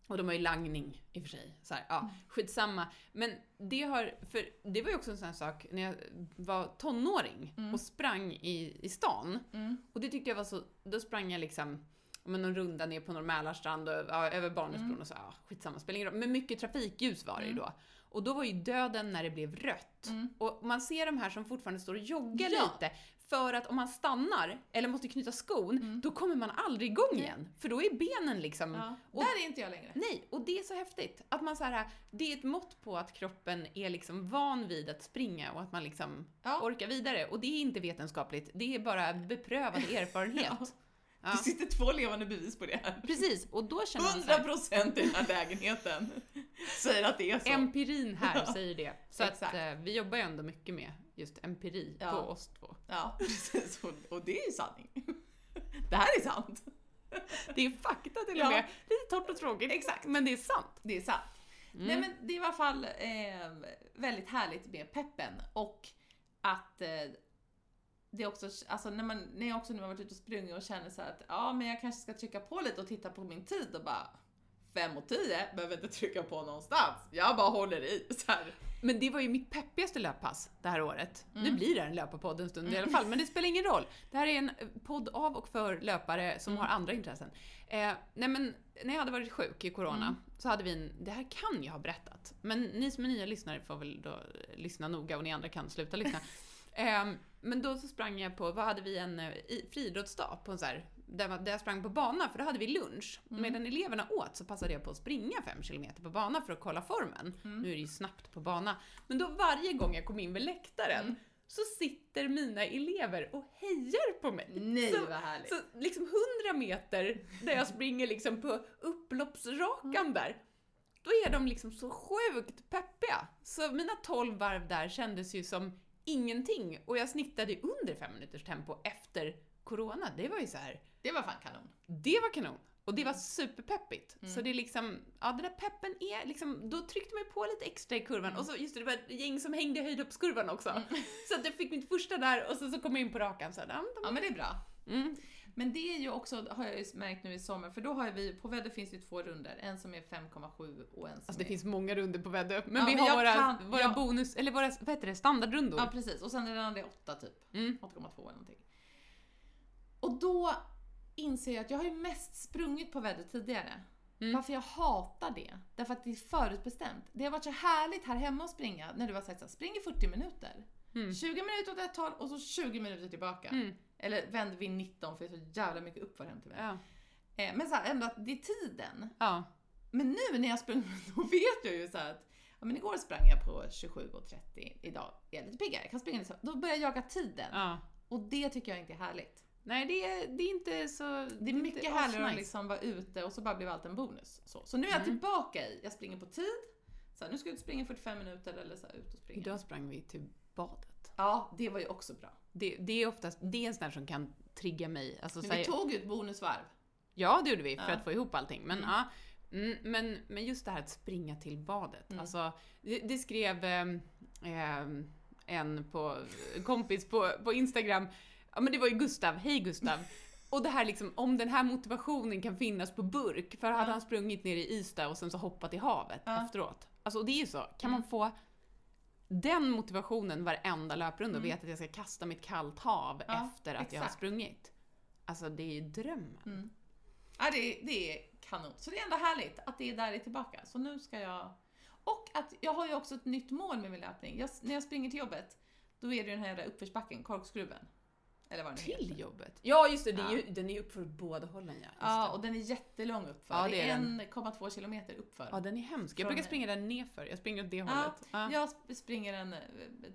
och de har ju langning i och för sig. Så här, ja, skitsamma. Men det, har, för det var ju också en sån här sak när jag var tonåring Mm. och sprang i, i stan. Mm. Och det tyckte jag var så, då sprang jag liksom ja, men någon runda ner på Norr Mälarstrand och ja, över Barnhusbron och så, ja, skitsamma, spelar ingen roll. Men mycket trafikljus var det ju då. Och då var ju döden när det blev rött. Mm. Och man ser de här som fortfarande står och joggar Ja. lite. För att om man stannar eller måste knyta skon, då kommer man aldrig igång igen. För då är benen liksom... Ja. Och- Där är inte (laughs) jag längre. Nej, och det är så häftigt. Att man så här, det är ett mått på att kroppen är liksom van vid att springa och att man liksom Ja. orkar vidare. Och det är inte vetenskapligt, det är bara (laughs) beprövad Ja. erfarenhet. Ja. Det sitter två levande bevis på det här. Precis, och då känner man så här, 100% i den här lägenheten (laughs) säger att det är så. empirin här Ja. säger det. Så att, Exakt. eh, vi jobbar ju ändå mycket med just empiri Ja. på oss två. Ja, precis. Och- Och det är ju sanning. (laughs) Det här är sant. Det är fakta till och Ja. med. Lite torrt och tråkigt, Exakt. men det är sant. Det är sant. Mm. Nej men det är i alla fall eh, väldigt härligt med peppen och att eh, det är också, alltså när, man, när jag också nu har varit ute och sprungit och känner så här att ja men jag kanske ska trycka på lite och titta på min tid och bara 5 och 10 behöver inte trycka på någonstans. Jag bara håller i så här. Men det var ju mitt peppigaste löppass det här året. Nu blir det en löparpodd en stund i alla fall, men det spelar ingen roll. Det här är en eh, podd av och för löpare som har andra intressen. Eh, nej men, när jag hade varit sjuk i corona så hade vi en, det här kan jag ha berättat, men ni som är nya lyssnare får väl då lyssna noga och ni andra kan sluta lyssna. Ehm, men då så sprang jag på, vad hade vi en eh, i- friidrottsdag på en så här, där, man- där jag sprang på bana för då hade vi lunch. Medan eleverna åt så passade jag på att springa 5 km på bana för att kolla formen. Mm. Nu är det ju snabbt på bana. Men då varje gång jag kom in vid läktaren så sitter mina elever och hejar på mig. Nej så, vad härligt. så liksom 100 meter där jag springer liksom på upploppsrakan där, då är de liksom så sjukt peppiga. Så mina 12 varv där kändes ju som ingenting och jag snittade ju under 5 minuters tempo efter corona. Det var ju så här, det var fan kanon. det var kanon. Och det var Mm. superpeppigt. Så det är liksom, ja den där peppen är liksom, då tryckte man ju på lite extra i kurvan. Mm. Och så just det, det var ett gäng som hängde i höjdhoppskurvan också. (laughs) Så att jag fick mitt första där och så, så kom jag in på rakan så här, ja, de- Ja men det är bra. mm. Men det är ju också, har jag ju märkt nu i sommar, för då har ju vi, på Väddö finns ju två runder en som är 5,7 och en som Alltså det är finns många runder på Väddö, men Ja, vi men har jag våra, kan- våra jag- bonus, eller våra, vad heter det, standardrundor. Ja precis, och sen är den andra åtta typ. Typ. Mm. 8,2 eller någonting. Och då inser jag att jag har ju mest sprungit på väder tidigare. Mm. Varför jag hatar det, därför att det är förutbestämt. Det har varit så härligt här hemma att springa när du har sagt såhär, spring i 40 minuter. Mm. 20 minuter åt ett håll och så 20 minuter tillbaka. Mm. Eller vänd vid 19 för det är så jävla mycket uppför hem till mig. Ja. Eh, Men såhär ändå att det är tiden. ja. Men nu när jag sprungit, då vet jag ju så här att ja, men igår sprang jag på 27.30, idag är jag lite piggare, jag kan springa lite så. Då börjar jag jaga tiden. ja. Och det tycker jag inte är härligt. Nej, det är, det är inte så... Det är mycket härligare att asnice. liksom vara ute och så bara blev allt en bonus. Så, så nu är jag Mm. tillbaka i, jag springer på tid. Så här, nu ska jag ut och springa 45 minuter eller så här, ut och springa. Idag sprang vi till badet. Ja, det var ju också bra. Det, det är oftast, det är en sån där som kan trigga mig. Alltså, så Men här, vi tog ju ett bonusvarv. Ja, det gjorde vi för Ja. att få ihop allting. Men, ja, mm, men, men just det här att springa till badet. Mm. Alltså, det, det skrev ehm, ehm, en på, kompis på, på Instagram, ja, men det var ju Gustav, hej (laughs) Gustav. Och det här liksom, om den här motivationen kan finnas på burk, för hade Ja. han sprungit ner i Ystad och sen så hoppat i havet Ja. efteråt. Alltså och det är ju så, kan Mm. man få den motivationen varenda löprunda och Mm. veta att jag ska kasta mitt kallt hav Ja, efter att jag har exakt. sprungit. Alltså det är ju drömmen. Mm. Ja, det, det är kanon. Så det är ändå härligt att det är där det är tillbaka. Så nu ska jag... Och att jag har ju också ett nytt mål med min löpning. Jag, när jag springer till jobbet, då är det den här jävla uppförsbacken, korkskruven. Eller vad den Till heter. jobbet? Ja just det, det är Ja. ju, den är ju upp för båda hållen ja. Just Ja, det. och den är jättelång uppför. Ja, det det är, är den. 1,2 kilometer uppför. ja den är hemsk. Jag Från- brukar springa där nerför, jag springer åt det Ja, hållet. Ja. Jag sp- springer den eh,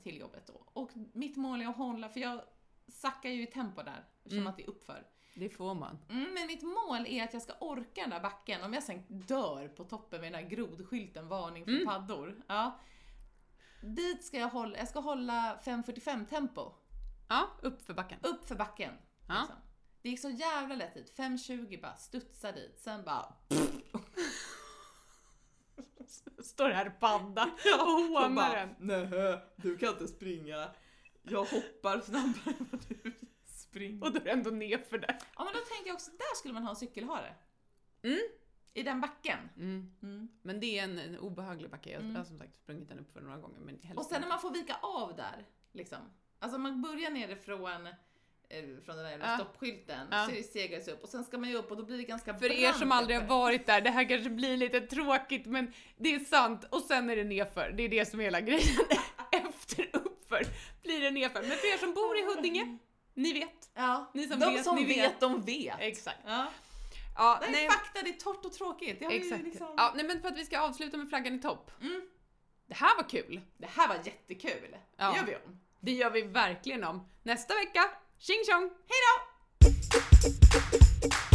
till jobbet då. Och mitt mål är att hålla, för jag sackar ju i tempo där, som Mm. att det är uppför. Det får man. Mm, men mitt mål är att jag ska orka den där backen. Om jag sen dör på toppen med den här grodskylten, varning för Mm. paddor. Ja. Dit ska jag hålla, jag ska hålla 5.45 tempo. Ja, upp för backen. Upp för backen. Ja. Liksom. Det gick så jävla lätt dit. 5.20 bara studsa dit, sen bara... Står här (laughs) panda och Hon hånar bara, den. nej du kan inte springa. Jag hoppar snabbare än vad du uppspring och då är det ändå nerför där. Ja men då tänkte jag också, där skulle man ha en cykelhare. Mm. I den backen. Mm. Mm. Men det är en, en obehaglig backe. Jag, Mm. jag har som sagt sprungit den upp för några gånger. Men helst Och sen när man får vika av där, liksom. Alltså man börjar nerifrån, eh, från den där jävla Ja. stoppskylten, Ja. så stegas upp och sen ska man ju upp och då blir det ganska För er som aldrig har efter. varit där, det här kanske blir lite tråkigt men det är sant och sen är det nedför. Det är det som är hela grejen. (laughs) Efter uppför blir det nedför. Men för er som bor i Huddinge, ni vet. Ja, Ni som de vet, som ni vet, vet. de vet. Exakt. Ja. Ja, Det är nej, fakta, det är torrt och tråkigt. Det, har vi ju exakt. liksom... Ja, nej men för att vi ska avsluta med flaggan i topp. Mm. Det här var kul. det här var jättekul. Ja. Det gör vi om. Det gör vi verkligen om. Nästa vecka, tjing tjong! Hejdå!